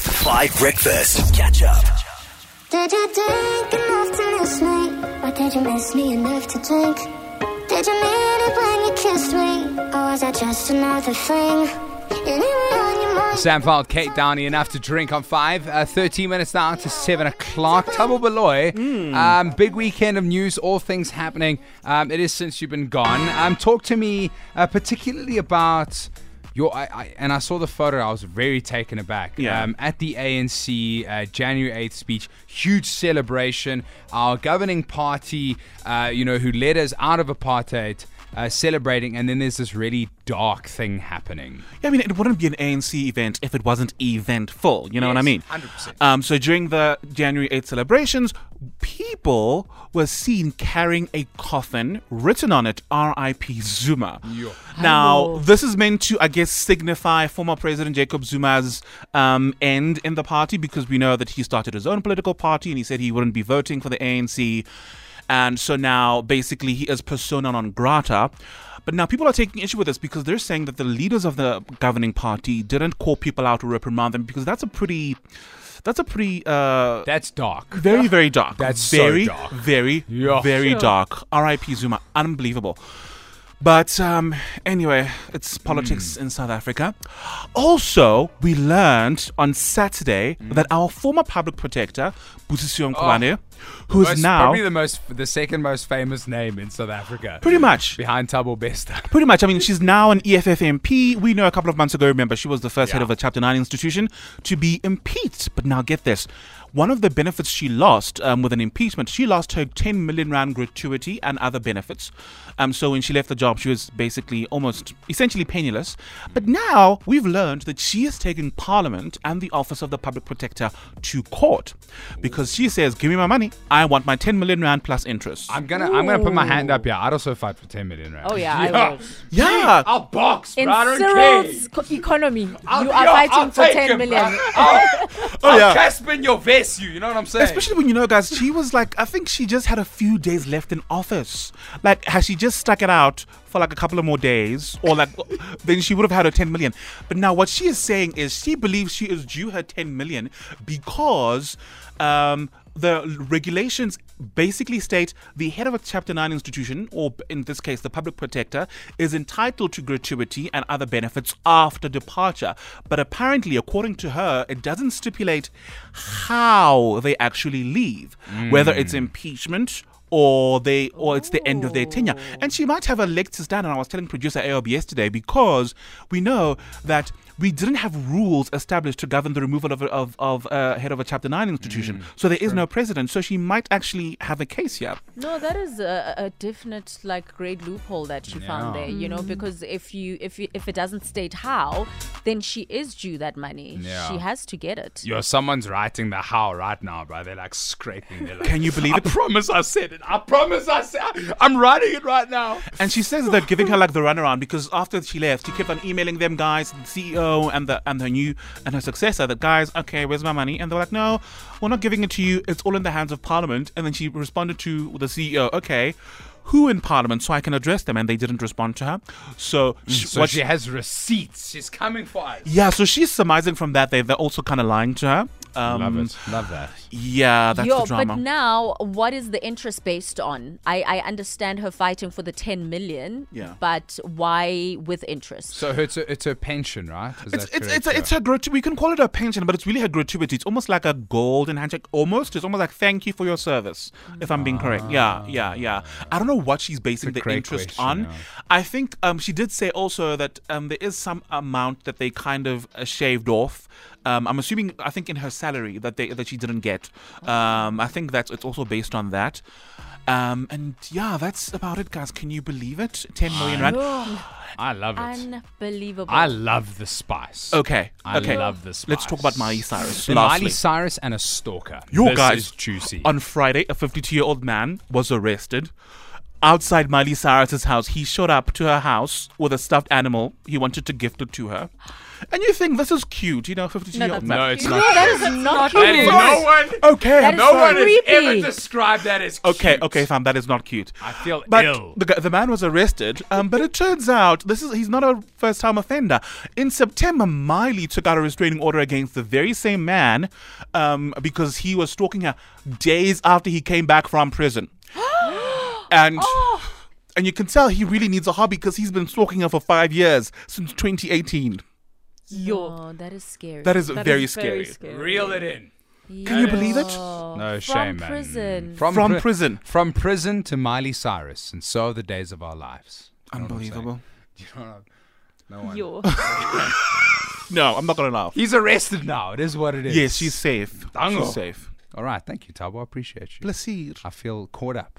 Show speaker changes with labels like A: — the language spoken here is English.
A: Five Breakfast. Catch up.
B: Did you drink enough to miss me? Or did you miss me enough to drink? Did you need it when you kissed me? Or was that just another thing? You knew it on your mind.
C: Sam Vald, Kate Downey, enough to drink on five. Uh, 13 minutes now to 7 o'clock. Tabo Beloy, um, big weekend of news, all things happening. Um, it is since you've been gone. Um, talk to me uh, particularly about your. I, I, and I saw the photo, I was very taken aback.
D: Yeah.
C: Um, at the ANC uh, January 8th speech, huge celebration. Our governing party, uh, you know, who led us out of apartheid. Uh, celebrating, and then there's this really dark thing happening.
D: Yeah, I mean, it wouldn't be an ANC event if it wasn't eventful. You know what I
C: Yes,
D: mean?
C: 100%.
D: Um, so during the January 8th celebrations, people were seen carrying a coffin written on it, R.I.P. Zuma. Now, this is meant to, I guess, signify former President Jacob Zuma's um, end in the party because we know that he started his own political party and he said he wouldn't be voting for the ANC. And so now, basically, he is persona non grata. But now people are taking issue with this because they're saying that the leaders of the governing party didn't call people out or reprimand them because that's a pretty, that's a pretty uh,
C: That's dark.
D: very, very dark.
C: That's so
D: very,
C: dark.
D: very,
C: Yeah.
D: very
C: Yeah.
D: dark. R.I.P. Zuma, unbelievable. But um, anyway, it's politics
C: Hmm.
D: in South Africa. Also, we learned on Saturday
C: Hmm.
D: that our former public protector, Busisiwe Mkhwane, who
C: Most-
D: is now
C: Oh. probably the most, the second most famous name in South Africa,
D: pretty much
C: behind Tabo Besta.
D: Pretty much. I mean, she's now an E EFFMP. We know a couple of months ago, remember, she was the first head
C: Yeah.
D: of a Chapter 9 institution to be impeached. But now get this. One of the benefits she lost um, with an impeachment, she lost her 10 million rand gratuity and other benefits. Um, so when she left the job, she was basically almost essentially penniless. But now we've learned that she has taken Parliament and the Office of the Public Protector to court because she says, Give me my money. I want my 10 million rand plus interest.
C: I'm gonna, I'm gonna put my hand up. Yeah, I'd also fight for ten million rand.
E: Oh, yeah, I would.
D: yeah.
C: I'll box,
E: In
C: bro. I don't
E: Cyril's
C: care.
E: co- economy,
C: I'll-
E: you are
C: yo,
E: fighting
C: I'll
E: for
C: take
E: 10
C: him,
E: million.
C: bro. I'll, I'll
D: Oh, yeah.
C: clasp in your vest, you. You know what I'm saying?
D: Especially when you know, guys, she was like, I think she just had a few days left in office. Like, has she just stuck it out for like a couple of more days, or like, then she would have had her 10 million. But now, what she is saying is she believes she is due her 10 million because um, the regulations basically state the head of a Chapter 9 institution, or in this case, the public protector, is entitled to gratuity and other benefits after departure. But apparently, according to her, it doesn't stipulate how they actually leave, whether it's impeachment. Or they, or it's the end of their tenure, and she might have a leg to stand. on. I was telling producer Aob yesterday because we know that we didn't have rules established to govern the removal of a, of, of uh, head of a Chapter 9 institution. so there is no precedent. So she might actually have a case here.
E: No, that is a, a definite like great loophole that she found
C: Yeah.
E: there. You know, because if you if you, if it doesn't state how, then she is due that money.
C: Yeah.
E: She has to get it.
C: Yo, someone's writing the how right now, bro. They're like scraping. They're like,
D: Can you believe
C: I
D: it?"
C: promise I said it. I promise I said. I'm writing it right now.
D: And she says they're giving her like the runaround because after she left, she kept on emailing them guys, the CEO and the and her new and her successor, that guys, okay, where's my money? And they were like, no, we're not giving it to you. It's all in the hands of Parliament. And then she responded to the CEO, okay. Who in Parliament, so I can address them, and they didn't respond to her. So,
C: Mm,
D: sh-
C: So
D: what
C: she has receipts. She's coming for us.
D: yeah, so she's surmising from that they they're also kind of lying to her. Um,
C: Love it. Love that.
D: Yeah, that's
E: Yo,
D: the drama.
E: but now what is the interest based on? I, I understand her fighting for the 10 million,
D: Yeah.
E: but why with interest?
C: So it's a, it's a pension, right? Is
D: it's
C: that
D: it's
C: correct?
D: it's, a, it's her gratu- We can call it a pension, but it's really her gratuity. It's almost like a golden handshake. Almost, it's almost like thank you for your service. If I'm being correct, yeah, yeah, yeah. I don't know what she's basing
C: It's a
D: the
C: great
D: interest
C: question,
D: on.
C: yeah.
D: I think um, she did say also that um, there is some amount that they kind of uh, shaved off. Um, I'm assuming I think in her salary that they that she didn't get. Um, I think that's it's also based on that. Um, and yeah, that's about it, guys. Can you believe it? Ten million rand.
C: I love it.
E: Unbelievable.
C: I love the spice.
D: Okay.
C: I
D: okay.
C: love the spice.
D: Let's talk about Miley Cyrus.
C: So
D: lastly.
C: Miley Cyrus and a stalker.
D: Your
C: this
D: guys
C: is juicy.
D: On Friday, a 52 year old man was arrested outside Miley Cyrus's house. He showed up to her house with a stuffed animal. He wanted to gift it to her. And you think this is cute, you know, 52 year old
E: that's
D: man.
C: No, it's
E: No,
C: not.
E: that is not
C: And
E: cute.
C: no one,
D: Okay,
E: That is
C: no one has
E: creepy.
C: ever described that as cute.
D: Oh, Okay, okay, fam, that is not cute. I
C: feel
D: but
C: ill.
D: The, gu- the man was arrested, um, but it turns out this is he's not a first time offender. In September, Miley took out a restraining order against the very same man um, because he was stalking her days after he came back from prison. and. And you can tell he really needs a hobby because he's been stalking her for five years since 2018.
E: Yo, that is scary.
D: That is
F: That
D: very
F: is
D: scary.
C: Reel it in.
D: Can you believe it?
C: No
E: Oh, From
C: shame, man.
E: prison.
D: From prison.
C: From prison to Miley Cyrus, and so are the days of our lives. You know what I'm saying?
D: Unbelievable.
C: You know what I'm- No one.
F: Yo.
D: No, I'm not gonna laugh.
C: He's arrested now. It is what it is.
D: Yes, she's safe.
C: Dango.
D: She's safe.
C: All right. Thank you, Tabo. I appreciate you.
D: Placid.
C: I feel caught up.